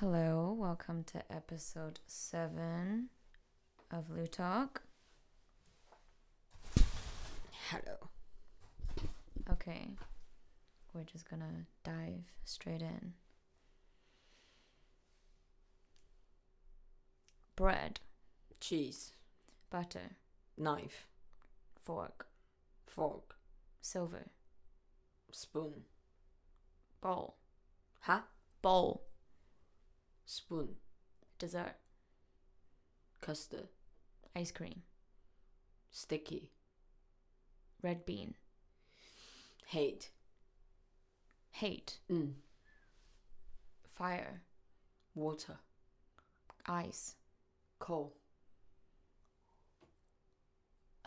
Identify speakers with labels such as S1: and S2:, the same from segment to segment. S1: Hello, welcome to episode seven of Lou Talk.
S2: Hello.
S1: Okay, we're just gonna dive straight in. Bread,
S2: Cheese.
S1: butter,
S2: Knife.
S1: fork,
S2: Fork.
S1: silver,
S2: Spoon.
S1: bowl,
S2: Ha?
S1: bowl,
S2: Spoon.
S1: dessert,
S2: Custard.
S1: ice cream,
S2: Sticky.
S1: red bean,
S2: Hate.
S1: hate,
S2: Mm.
S1: fire,
S2: Water.
S1: ice,
S2: Coal.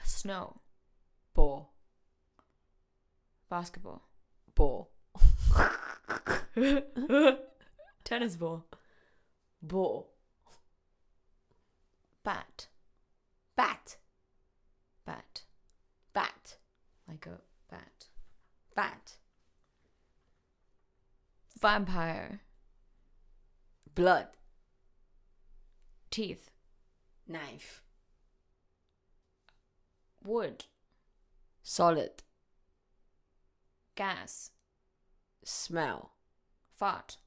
S1: snow,
S2: Ball.
S1: basketball,
S2: Ball.
S1: tennis ball,
S2: Ball.
S1: bat,
S2: Bat.
S1: bat,
S2: Bat.
S1: like a bat.
S2: Bat.
S1: Vampire.
S2: Blood.
S1: Teeth.
S2: Knife.
S1: Wood.
S2: Solid.
S1: Gas.
S2: Smell.
S1: Fart.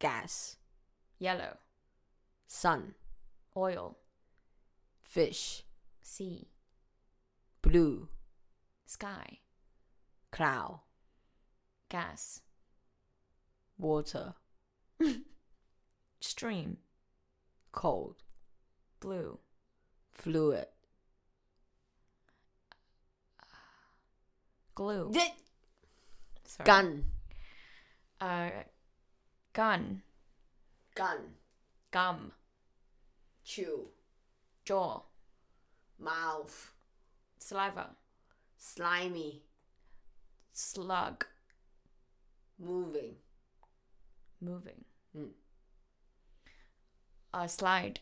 S2: Gas.
S1: Yellow.
S2: Sun.
S1: Oil.
S2: Fish.
S1: Sea.
S2: Blue.
S1: Sky.
S2: Cloud.
S1: Gas.
S2: Water.
S1: Stream.
S2: Cold.
S1: Blue.
S2: Fluid.
S1: Glue. Oh, Sorry.
S2: Gun.
S1: Uh, gun.
S2: Gun.
S1: Gum.
S2: Chew.
S1: Jaw.
S2: Mouth.
S1: Saliva.
S2: slimy,
S1: Slug.
S2: moving,
S1: Moving.
S2: Mm.
S1: Uh, slide.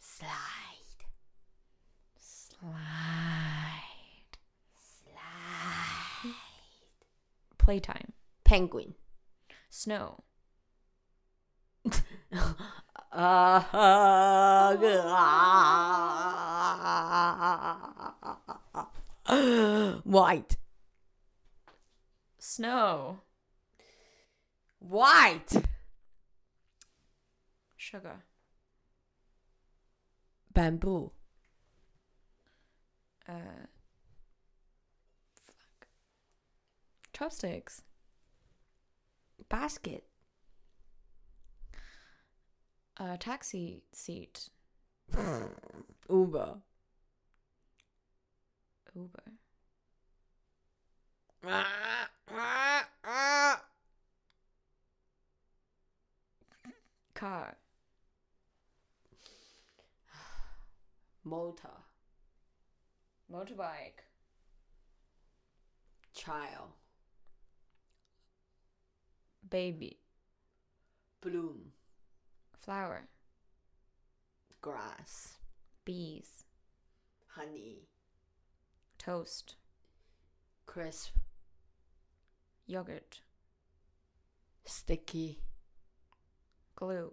S2: slide,
S1: Slide.
S2: slide,
S1: Playtime.
S2: penguin,
S1: Snow.
S2: uh, white,
S1: Snow.
S2: white,
S1: Sugar.
S2: bamboo,
S1: Uh, fuck. Chopsticks.
S2: basket,
S1: Uh, taxi seat.
S2: Uber,
S1: Uber. Car.
S2: motor,
S1: Motorbike.
S2: child,
S1: Baby.
S2: bloom,
S1: Flower.
S2: grass,
S1: Bees.
S2: honey,
S1: Toast.
S2: crisp.
S1: Yogurt.
S2: Sticky.
S1: Glue.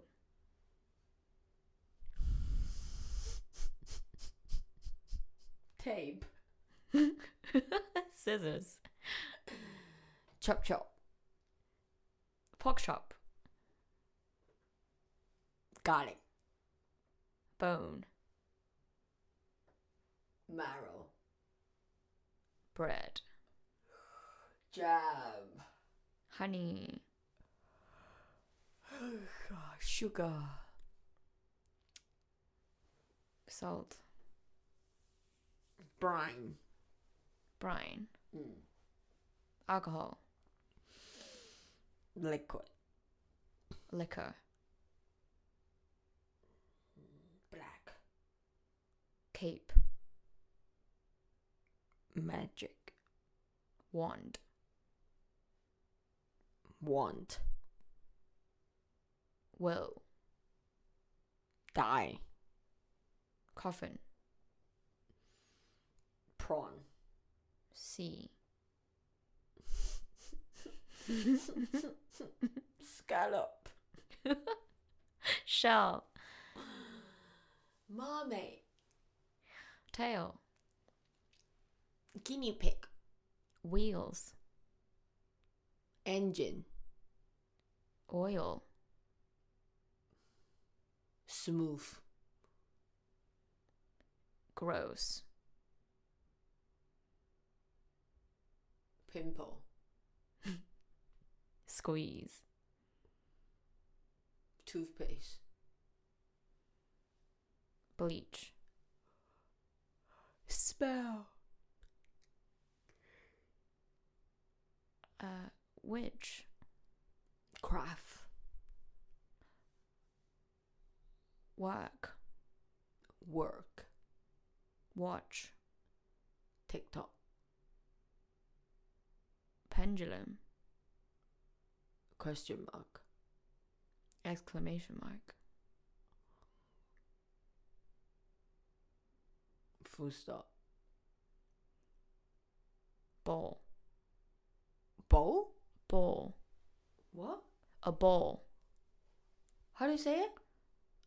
S2: Tape.
S1: Scissors.
S2: Chop chop.
S1: Pork chop.
S2: Garlic.
S1: Bone.
S2: Marrow.
S1: Bread.
S2: Jam.
S1: Honey.
S2: Sugar.
S1: Salt.
S2: Brine.
S1: Brine.
S2: Mm.
S1: Alcohol.
S2: Liquid.
S1: Liquor.
S2: Black.
S1: Cape.
S2: Magic.
S1: Wand.
S2: Wand.
S1: Will.
S2: Die.
S1: Coffin.
S2: Prawn.
S1: Sea.
S2: Scallop.
S1: Shell,
S2: Mermaid.
S1: tail,
S2: Guinea pig.
S1: wheels,
S2: Engine.
S1: oil,
S2: Smooth.
S1: gross,
S2: Pimple.
S1: squeeze,
S2: Toothpaste.
S1: bleach,
S2: Spell.
S1: uh, witch,
S2: Craft.
S1: work,
S2: Work.
S1: watch,
S2: TikTok.
S1: pendulum,
S2: Question mark.
S1: exclamation mark,
S2: Full stop.
S1: ball,
S2: Bowl?
S1: ball,
S2: What?
S1: a ball,
S2: How do you say it?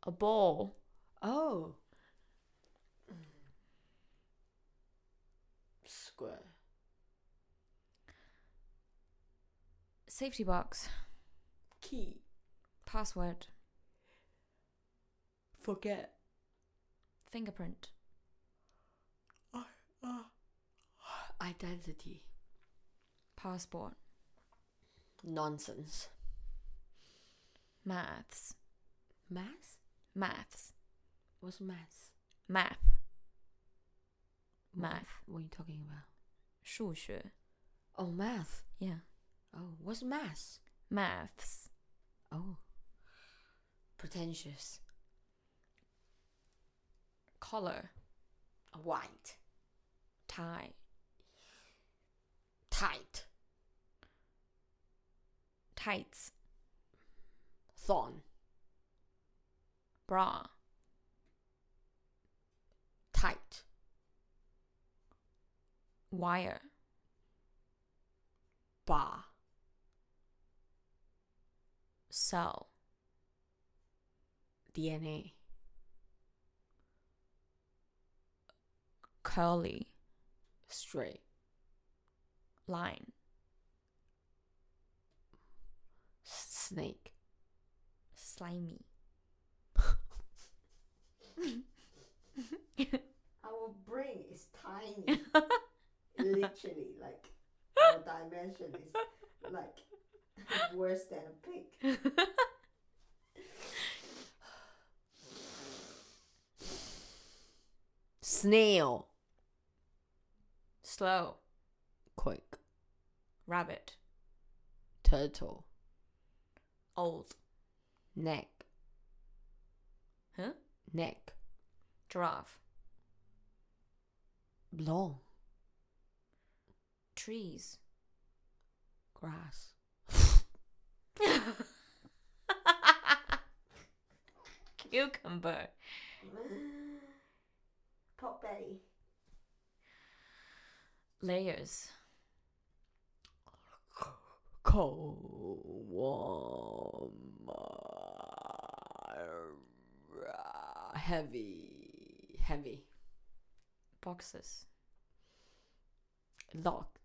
S1: a ball,
S2: Oh. Square.
S1: safety box,
S2: Key.
S1: password,
S2: Forget.
S1: fingerprint,
S2: Identity.
S1: passport,
S2: Nonsense.
S1: maths,
S2: Mass?
S1: maths,
S2: What's mass?
S1: math,
S2: What-
S1: Math.
S2: What are you talking about?
S1: 数学,
S2: Oh, math.
S1: yeah,
S2: Oh, what's mass?
S1: maths,
S2: Oh. Pretentious.
S1: collar,
S2: White.
S1: tie,
S2: Tight.
S1: tights,
S2: Thorn.
S1: bra,
S2: Tight.
S1: wire,
S2: Bar.
S1: cell,
S2: DNA.
S1: curly,
S2: Straight.
S1: line,
S2: Snake.
S1: slimy,
S2: Our brain is tiny. Literally, like our dimension is like worse than a pig. Snail.
S1: slow,
S2: Quick.
S1: rabbit,
S2: Turtle.
S1: old,
S2: Neck.
S1: huh?
S2: Neck.
S1: Giraffe,
S2: Long.
S1: trees,
S2: Grass.
S1: cucumber,
S2: Pot belly.
S1: layers,
S2: cold warm uh, heavy heavy
S1: boxes.
S2: locked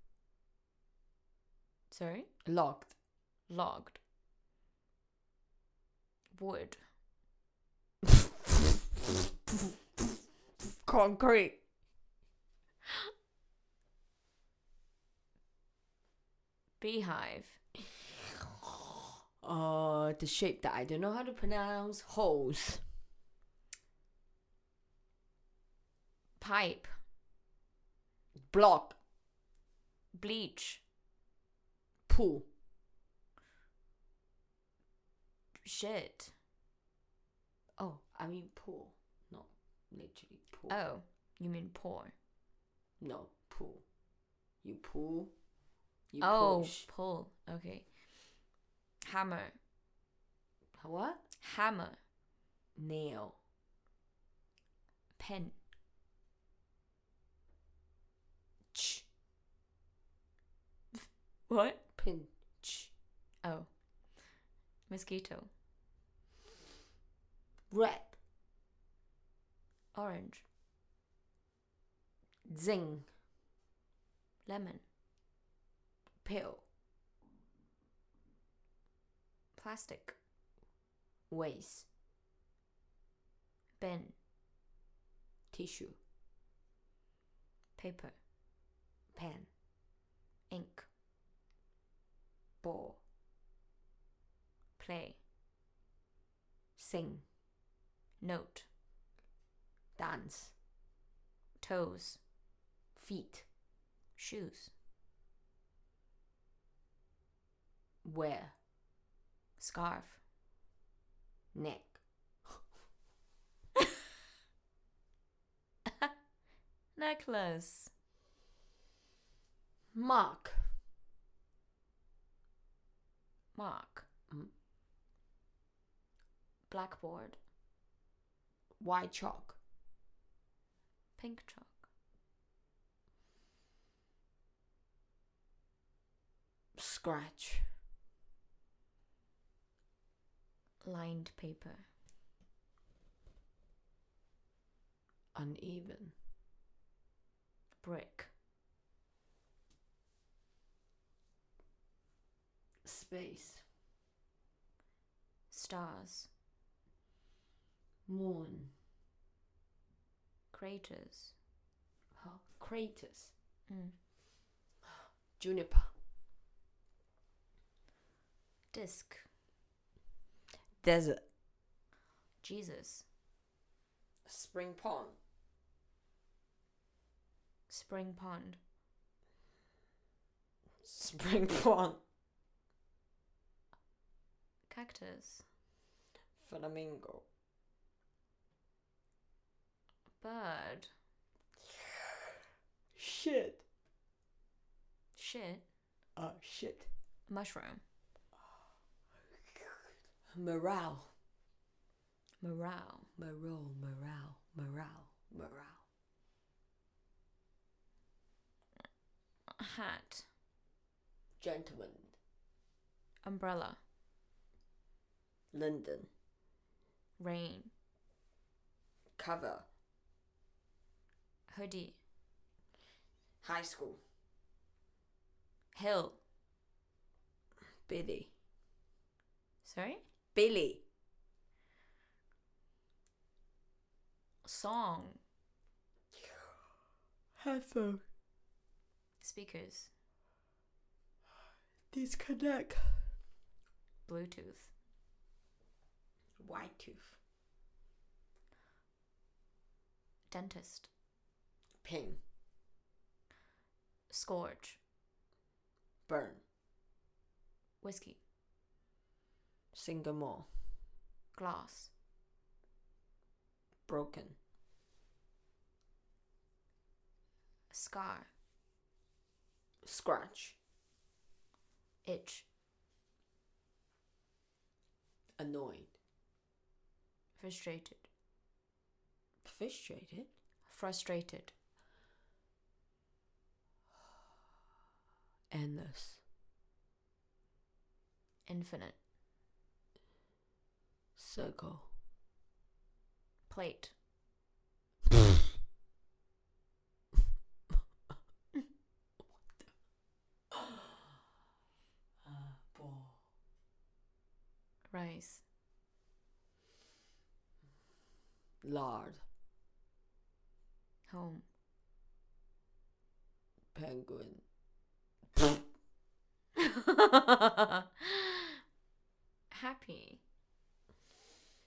S1: Sorry?
S2: locked
S1: Logged. Wood.
S2: concrete
S1: Beehive.
S2: uh the shape that i don't know how to pronounce holes
S1: Pipe.
S2: block
S1: Bleach.
S2: pool
S1: Shit.
S2: oh i mean pool not literally pool
S1: Oh, you mean poor.
S2: no pool you pull you
S1: oh,
S2: push
S1: pull. Okay. Hammer.
S2: what
S1: Hammer.
S2: nail
S1: Pen.
S2: ch
S1: What?
S2: pinch
S1: Oh. Mosquito.
S2: Red.
S1: Orange. Zing. Lemon. Pill. Plastic. Waste. Bin. Tissue. Paper. Pen. Ink. Ball. Play. Sing. Note dance, toes, feet, shoes, wear, scarf, neck, necklace, mark, mark, Hmm. blackboard,
S2: White chalk.
S1: pink chalk.
S2: Scratch.
S1: lined paper,
S2: Uneven.
S1: brick,
S2: Space.
S1: stars,
S2: Moon.
S1: craters,
S2: Huh? Craters.
S1: mm.
S2: Juniper.
S1: disc,
S2: Desert.
S1: Jesus,
S2: Spring pond.
S1: spring pond,
S2: Spring pond.
S1: cactus,
S2: Flamingo.
S1: bird,
S2: Shit.
S1: shit,
S2: Oh, shit.
S1: mushroom,
S2: Morale.
S1: morale,
S2: Morale, morale, morale, morale.
S1: hat,
S2: Gentlemen.
S1: umbrella,
S2: London.
S1: rain,
S2: Cover.
S1: hoodie,
S2: High school.
S1: hill.
S2: Billy.
S1: Sorry?
S2: Billy.
S1: Song,
S2: Headphone.
S1: speakers,
S2: Disconnect.
S1: Bluetooth,
S2: White tooth.
S1: dentist,
S2: Pain.
S1: scourge,
S2: Burn.
S1: whiskey,
S2: Single more.
S1: glass,
S2: Broken.
S1: scar,
S2: Scratch.
S1: itch,
S2: Annoyed.
S1: frustrated,
S2: Frustrated.
S1: frustrated,
S2: Endless.
S1: infinite,
S2: Circle.
S1: plate,
S2: Ball.
S1: rice,
S2: Lard.
S1: home,
S2: Penguin.
S1: happy,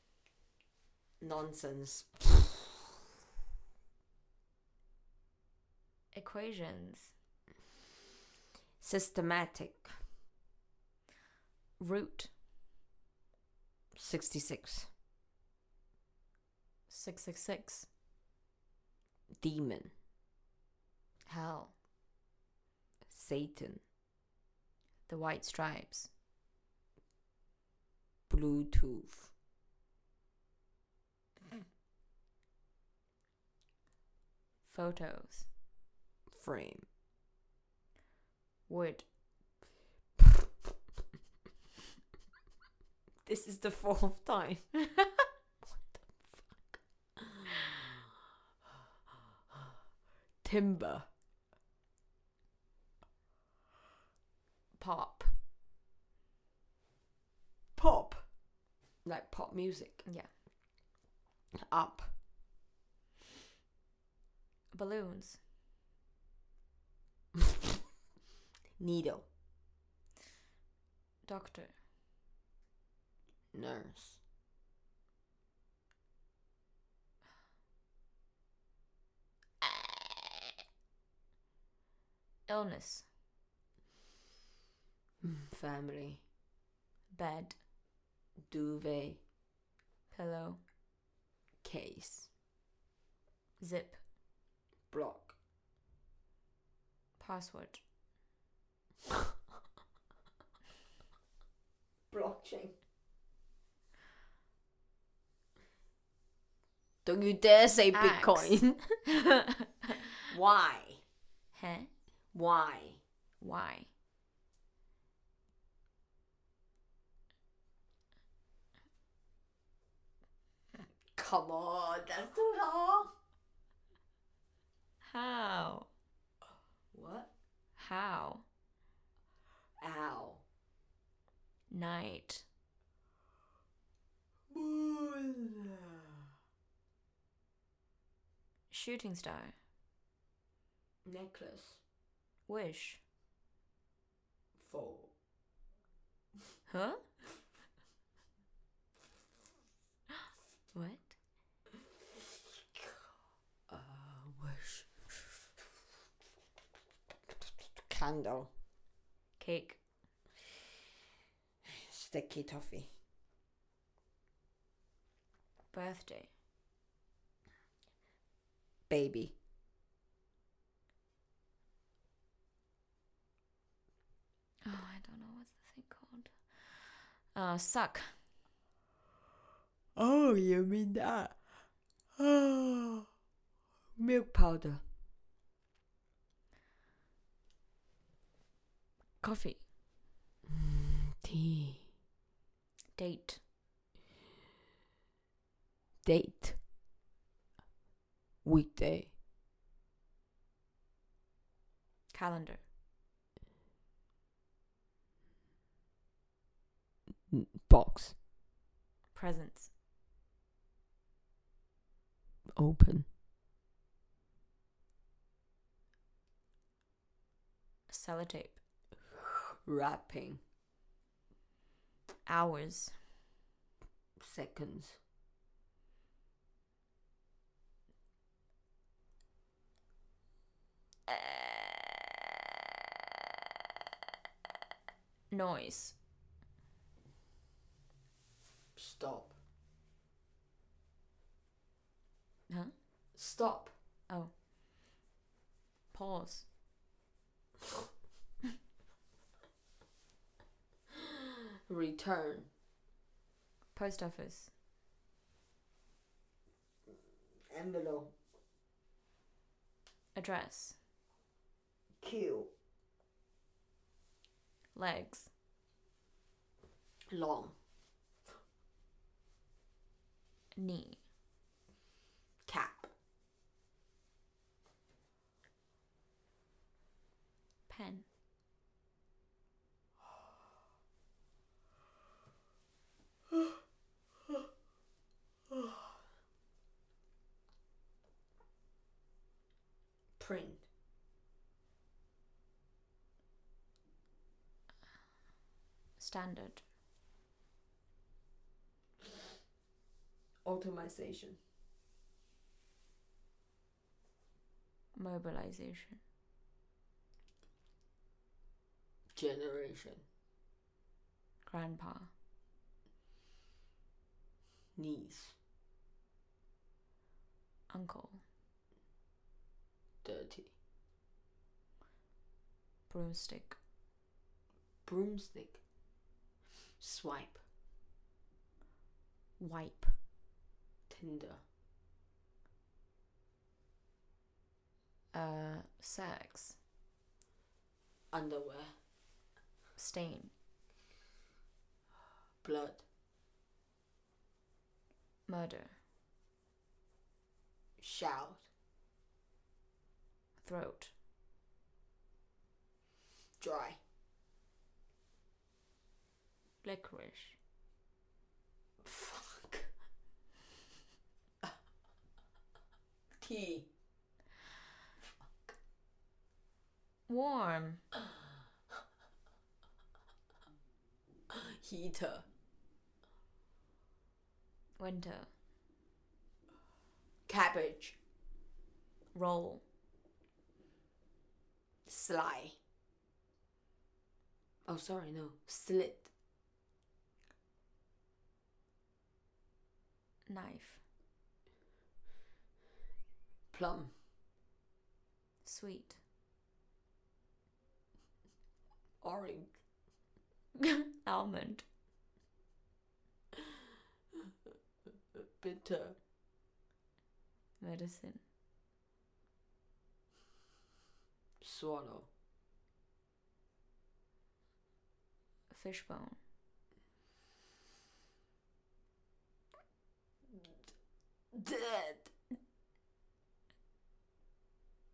S2: Nonsense.
S1: equations,
S2: Systematic.
S1: root,
S2: 66.
S1: 666,
S2: Demon.
S1: hell,
S2: Satan.
S1: the white stripes,
S2: Bluetooth.
S1: photos,
S2: Frame.
S1: wood, This is the fourth time. what the fuck? Timber. Pop.
S2: Pop. Like pop music.
S1: Yeah.
S2: Up.
S1: Balloons.
S2: Needle.
S1: Doctor.
S2: Nurse.
S1: Illness.
S2: Family.
S1: Bed.
S2: Duvet.
S1: Pillow.
S2: Case.
S1: Zip.
S2: Block.
S1: Password.
S3: Blockchain.
S2: Don't you dare say
S1: Axe.
S2: Bitcoin. Why?
S1: huh?
S2: Why?
S1: Why?
S2: Come on, that's too long.
S1: How?
S2: What?
S1: How?
S2: Ow.
S1: Night.
S2: Moon.
S1: Shooting star.
S2: Necklace.
S1: Wish.
S2: Four.
S1: Huh? what?
S2: Uh, wish. Candle.
S1: Cake.
S2: Sticky toffee.
S1: Birthday.
S2: Baby.
S1: Oh, I don't know what's the thing called. Uh, suck.
S2: Oh, you mean that? Oh, milk powder.
S1: Coffee.
S2: Mm, Tea.
S1: Date.
S2: Date. Weekday.
S1: Calendar.
S2: Box.
S1: Presents.
S2: Open.
S1: Sellotape.
S2: Wrapping.
S1: Hours.
S2: Seconds.
S1: Noise.
S2: Stop.
S1: Huh?
S2: Stop.
S1: Oh. Pause.
S2: Return.
S1: Post office.
S3: Envelope.
S1: Address.
S3: Queue.
S1: Legs.
S2: Long.
S1: Knee.
S2: Cap.
S1: Pen.
S2: Print.
S1: Standard.
S2: Automation.
S1: Mobilization.
S2: Generation.
S1: Grandpa.
S2: Niece.
S1: Uncle.
S2: Dirty.
S1: Broomstick.
S2: Broomstick. Swipe.
S1: Wipe.
S2: Tinder.
S1: Uh, sex.
S2: Underwear.
S1: Stain.
S2: Blood.
S1: murder,
S2: Shout.
S1: throat,
S2: Dry.
S1: licorice,
S2: Fuck. Tea.
S1: warm,
S2: Heater.
S1: winter,
S2: Cabbage.
S1: roll,
S2: Sly. Oh, sorry, no. Slit.
S1: knife,
S2: Plum.
S1: sweet,
S2: Orange.
S1: almond,
S2: Bitter.
S1: medicine,
S2: Swallow.
S1: fishbone,
S2: Dead.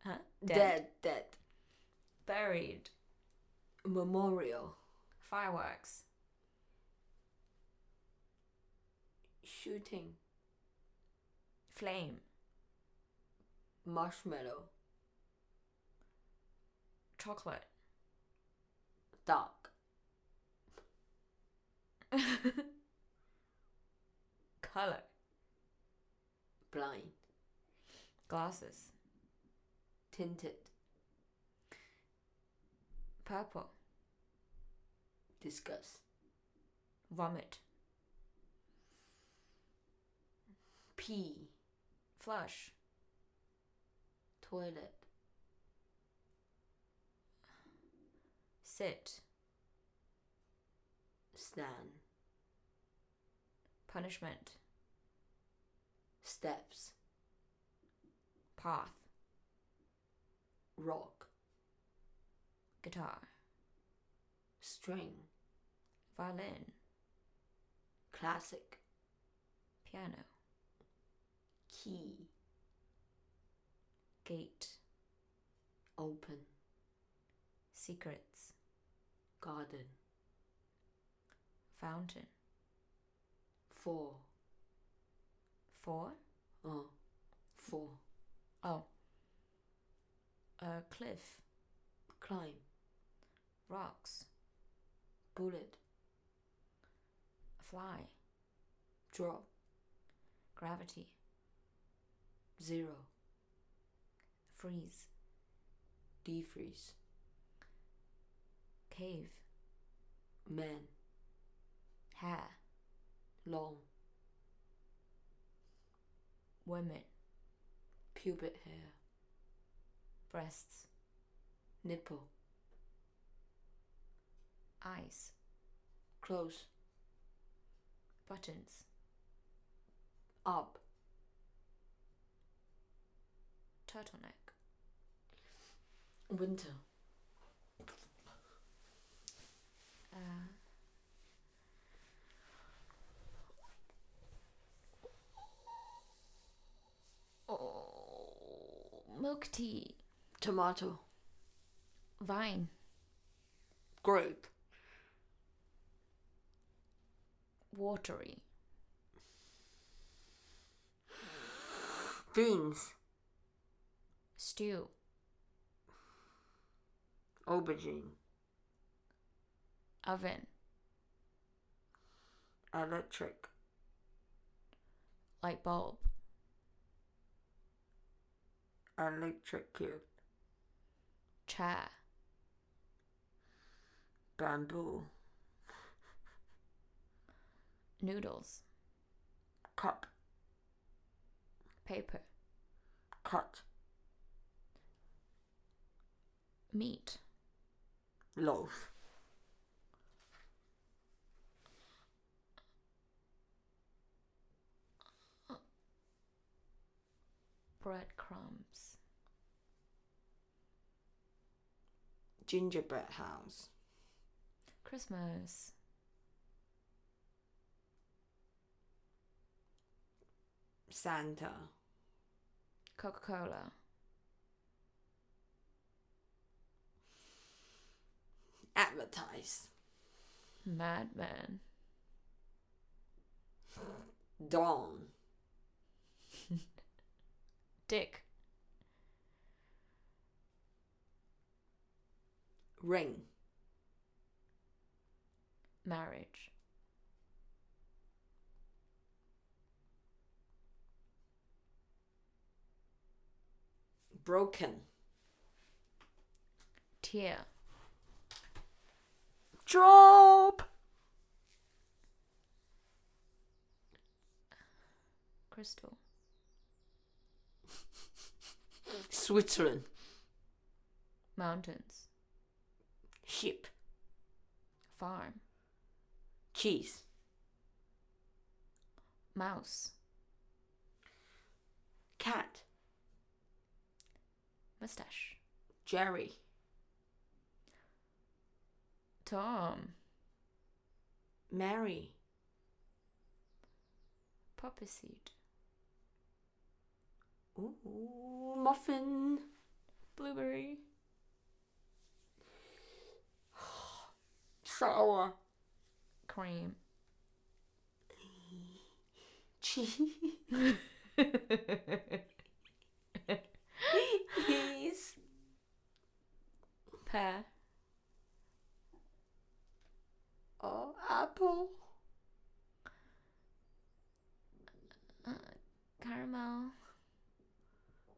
S1: huh?
S2: Dead. Dead.
S1: buried,
S2: Memorial.
S1: fireworks,
S2: Shooting.
S1: flame,
S2: Marshmallow.
S1: chocolate,
S2: Dark.
S1: color,
S2: Blind.
S1: glasses,
S2: Tinted.
S1: purple,
S2: Disgust.
S1: vomit,
S2: Pee.
S1: flush,
S2: Toilet.
S1: sit,
S2: Stand.
S1: punishment,
S2: Steps.
S1: path,
S2: Rock.
S1: guitar,
S2: String.
S1: violin,
S2: Classic.
S1: piano,
S2: Key.
S1: gate,
S2: Open.
S1: secrets,
S2: Garden.
S1: fountain,
S2: Four.
S1: four,
S2: Oh. Four.
S1: oh, uh, cliff,
S2: Climb.
S1: rocks,
S2: Bullet.
S1: fly,
S2: Drop.
S1: gravity,
S2: Zero.
S1: freeze,
S2: Defreeze.
S1: cave,
S2: Man.
S1: hair,
S2: Long.
S1: women,
S2: Pubic hair.
S1: breasts,
S2: Nipple.
S1: eyes,
S2: Close.
S1: buttons,
S2: Up.
S1: turtleneck,
S2: Winter.
S1: uh, oh, milk tea,
S2: Tomato.
S1: vine,
S2: Grape.
S1: watery,
S2: Beans.
S1: stew,
S2: Aubergine.
S1: oven,
S2: Electric.
S1: light bulb,
S2: Electrocute.
S1: chair,
S2: Bamboo.
S1: noodles,
S2: Cut.
S1: paper,
S2: Cut.
S1: meat,
S2: Loaf.
S1: breadcrumbs,
S2: Gingerbread house.
S1: Christmas,
S2: Santa.
S1: Coca Cola.
S2: Advertise.
S1: Madman.
S2: Dawn.
S1: Dick.
S2: Ring.
S1: Marriage.
S2: Broken.
S1: Tear.
S2: Drop.
S1: Crystal.
S2: Switzerland.
S1: Mountains.
S2: Sheep.
S1: Farm.
S2: Cheese.
S1: Mouse.
S2: Cat.
S1: Mustache.
S2: Jerry.
S1: Tom.
S2: Mary.
S1: Poppy seed.
S2: Ooh, muffin.
S1: Blueberry.
S2: Sour.
S1: Cream.
S2: Cheese.
S1: Pear.
S2: Oh, apple.
S1: Uh, caramel.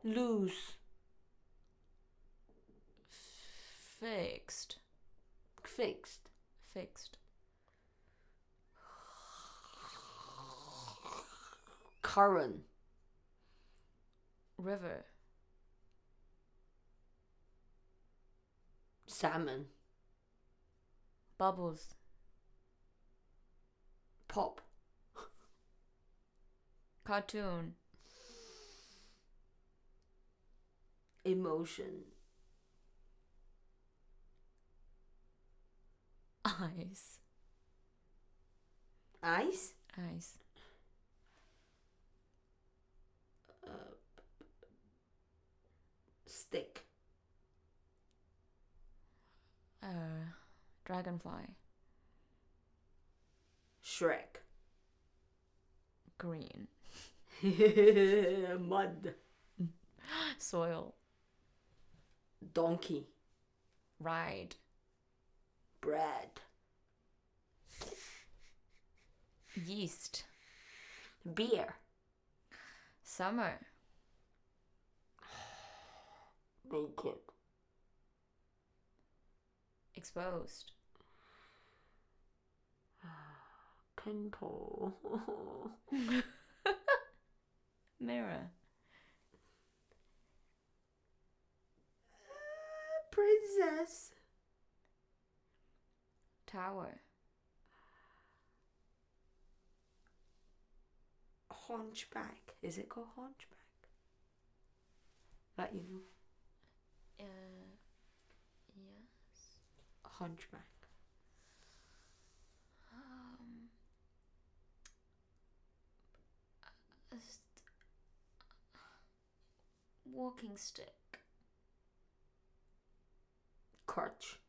S2: Loose.
S1: Fixed.
S2: Fixed.
S1: Fixed.
S2: Current.
S1: River.
S2: Salmon.
S1: Bubbles.
S2: Pop.
S1: Cartoon.
S2: Emotion.
S1: Ice.
S2: Ice.
S1: Ice.
S2: Stick.
S1: Uh, dragonfly.
S2: Shrek.
S1: Green.
S2: Mud.
S1: Soil.
S2: Donkey.
S1: Ride.
S2: Bread.
S1: Yeast.
S2: Beer.
S1: Summer.
S2: Naked.
S1: Exposed.
S2: Pimple.
S1: Mirror.
S2: Princess.
S1: Tower.
S2: Hunchback. Is it called hunchback? That you know.
S1: Uh, yeah.
S2: Hunchback.
S1: Um, a st- walking stick.
S2: Crutch.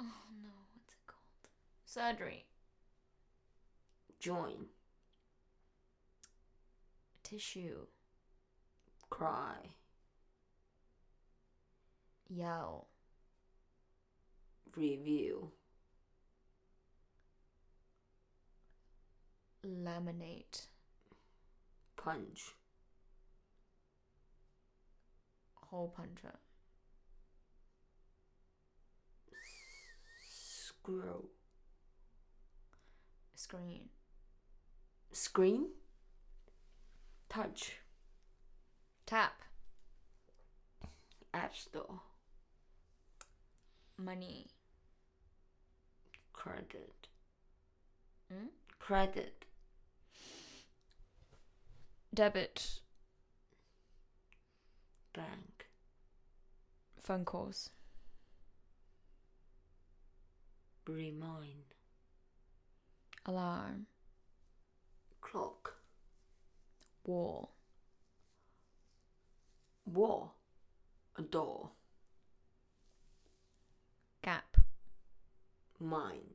S1: Oh no, what's it called? Surgery.
S2: Join.
S1: Tissue.
S2: Cry.
S1: Yell.
S2: Review.
S1: Laminate.
S2: Punch.
S1: Hole puncher.
S2: Screw.
S1: Screen.
S2: Screen. Touch.
S1: Tap.
S2: App Store.
S1: Money.
S2: Credit.
S1: Hmm?
S2: Credit.
S1: Debit.
S2: Bank.
S1: Phone calls.
S2: Remind.
S1: Alarm.
S2: clock.
S1: Wall.
S2: Wall. A door.
S1: Gap.
S2: Mine.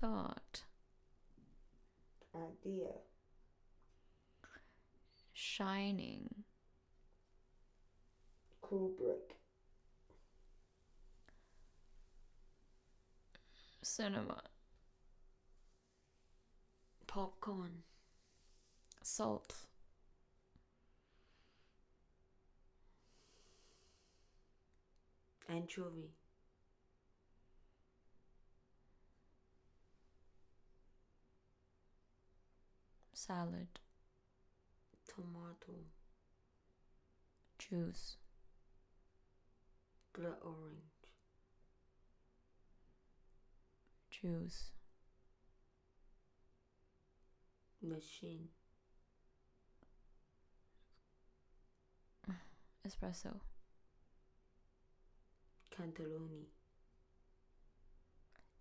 S1: Thought.
S4: idea,
S1: Shining.
S4: Kubrick,
S1: Cinema.
S2: Popcorn.
S1: Salt.
S2: Anchovy.
S1: Salad.
S2: Tomato.
S1: Juice.
S2: Blood orange.
S1: Juice.
S2: Machine.
S1: Espresso.
S2: Cantaloni.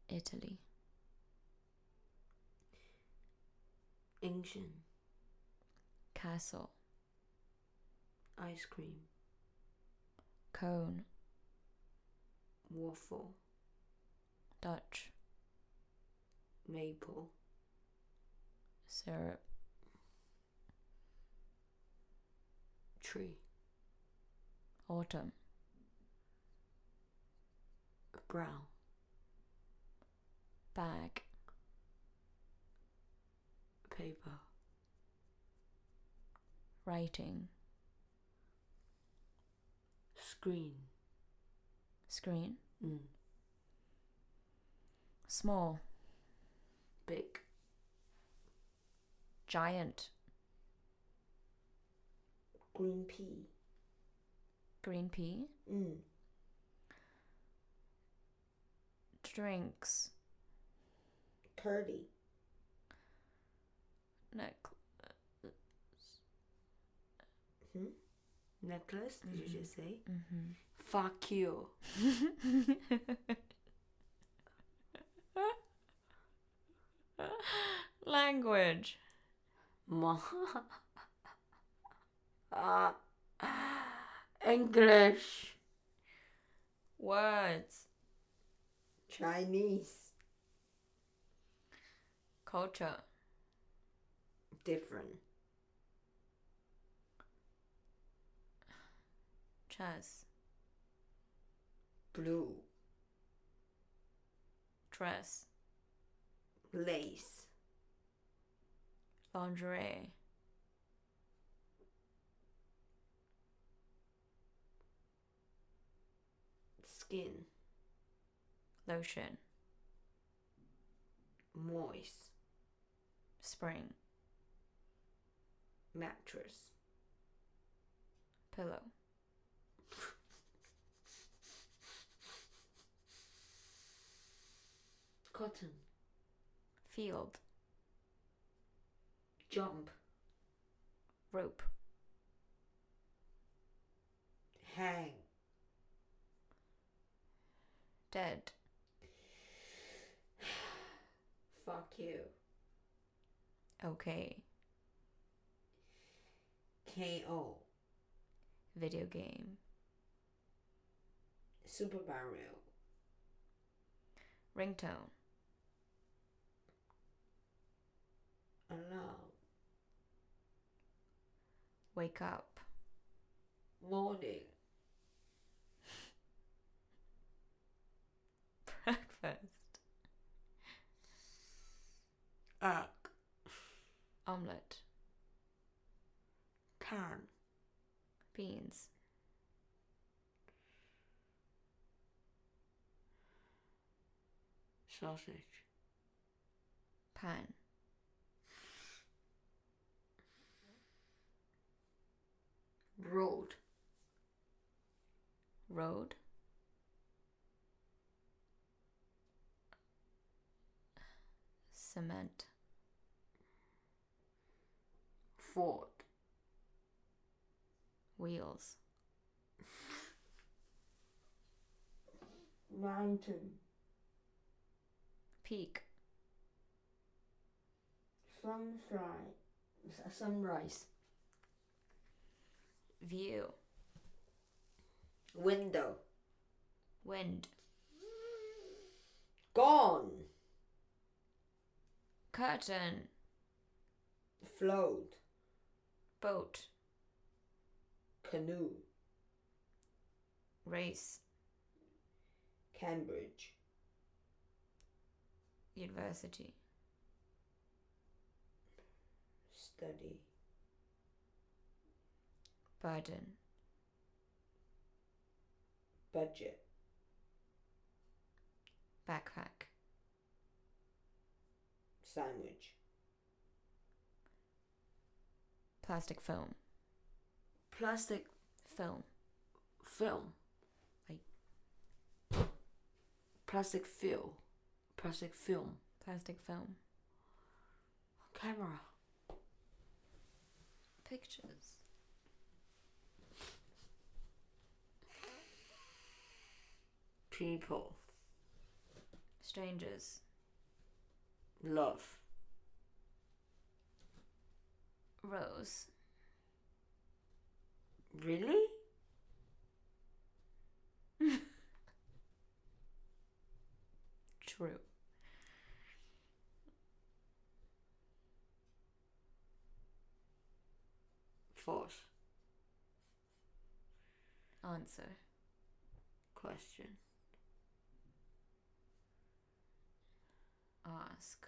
S1: Italy.
S2: Ancient.
S1: Castle.
S2: Ice cream.
S1: Cone.
S2: Waffle.
S1: Dutch.
S2: Maple.
S1: Syrup.
S2: Tree.
S1: Autumn.
S2: Brown.
S1: Bag.
S2: Paper.
S1: Writing.
S2: Screen.
S1: Screen.
S2: Mm.
S1: Small.
S2: Big.
S1: Giant.
S4: green pea,
S1: Green pea.
S4: mm.
S1: Drinks.
S4: curdy,
S1: Neck.
S4: hmm?
S2: Necklace, did you just say?
S1: Mm-hmm.
S2: Fuck you.
S1: Language.
S2: Ma. Ah. English.
S1: Words.
S4: Chinese,
S1: Culture.
S2: Different.
S1: Chess.
S2: Blue.
S1: Dress.
S2: Lace.
S1: Lingerie.
S2: Skin.
S1: Lotion.
S2: Moist.
S1: Spring.
S2: Mattress.
S1: Pillow.
S2: Cotton.
S1: Field.
S2: Jump.
S1: Rope.
S2: Hang.
S1: Dead.
S2: Fuck you.
S1: Okay.
S2: KO.
S1: Video game.
S2: Super Mario.
S1: Ringtone.
S2: Alarm.
S1: Wake up.
S2: Morning.
S1: Breakfast.
S2: Egg.
S1: Omelette.
S2: Pan.
S1: Beans.
S2: Sausage.
S1: Pan.
S2: Road.
S1: Road. Cement.
S2: Ford.
S1: Wheels.
S2: mountain,
S1: Peak.
S2: sunshine, s- sunrise,
S1: View.
S2: window,
S1: Wind.
S2: gone,
S1: Curtain.
S2: float,
S1: Boat.
S2: canoe,
S1: Race.
S2: Cambridge,
S1: University.
S2: study,
S1: Burden.
S2: budget,
S1: Backpack.
S2: sandwich,
S1: Plastic film.
S5: Plastic
S1: Film.
S5: film.
S1: Like-
S5: Plastic film. Plastic film.
S1: Plastic film.
S5: Camera.
S1: Pictures.
S5: People.
S1: Strangers.
S5: Love.
S1: Rose.
S5: Really?
S1: True.
S5: False.
S1: Answer.
S5: Question.
S1: Ask.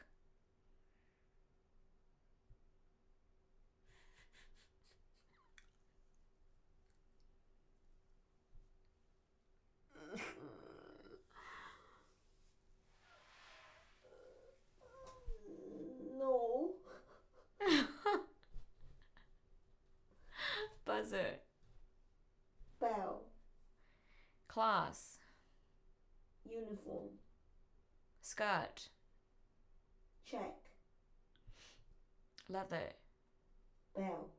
S2: no,
S1: Buzzer.
S2: bell,
S1: Class.
S2: uniform,
S1: Skirt.
S2: check,
S1: Leather.
S2: bell,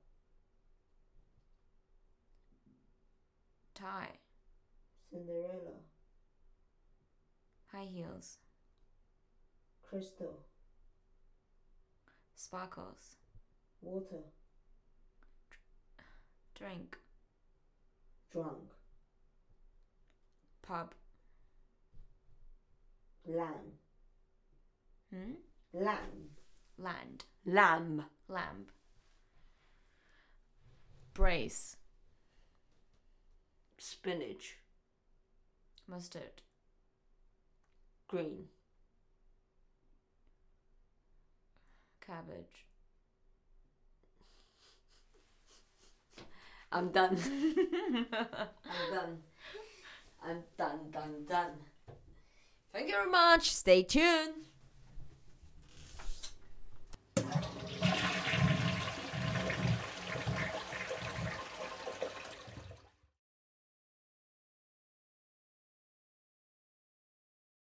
S1: Tie.
S2: Cinderella,
S1: High heels.
S2: crystal,
S1: Sparkles.
S2: water,
S1: Drink.
S2: drunk,
S1: Pub.
S2: lamb,
S1: Hmm?
S2: lamb,
S1: Land.
S5: Lamb.
S1: Lamb. Brace.
S5: Spinach.
S1: Mustard.
S5: Green.
S1: Cabbage.
S5: I'm done. I'm done. I'm done, done, done. Thank you very much. Stay tuned.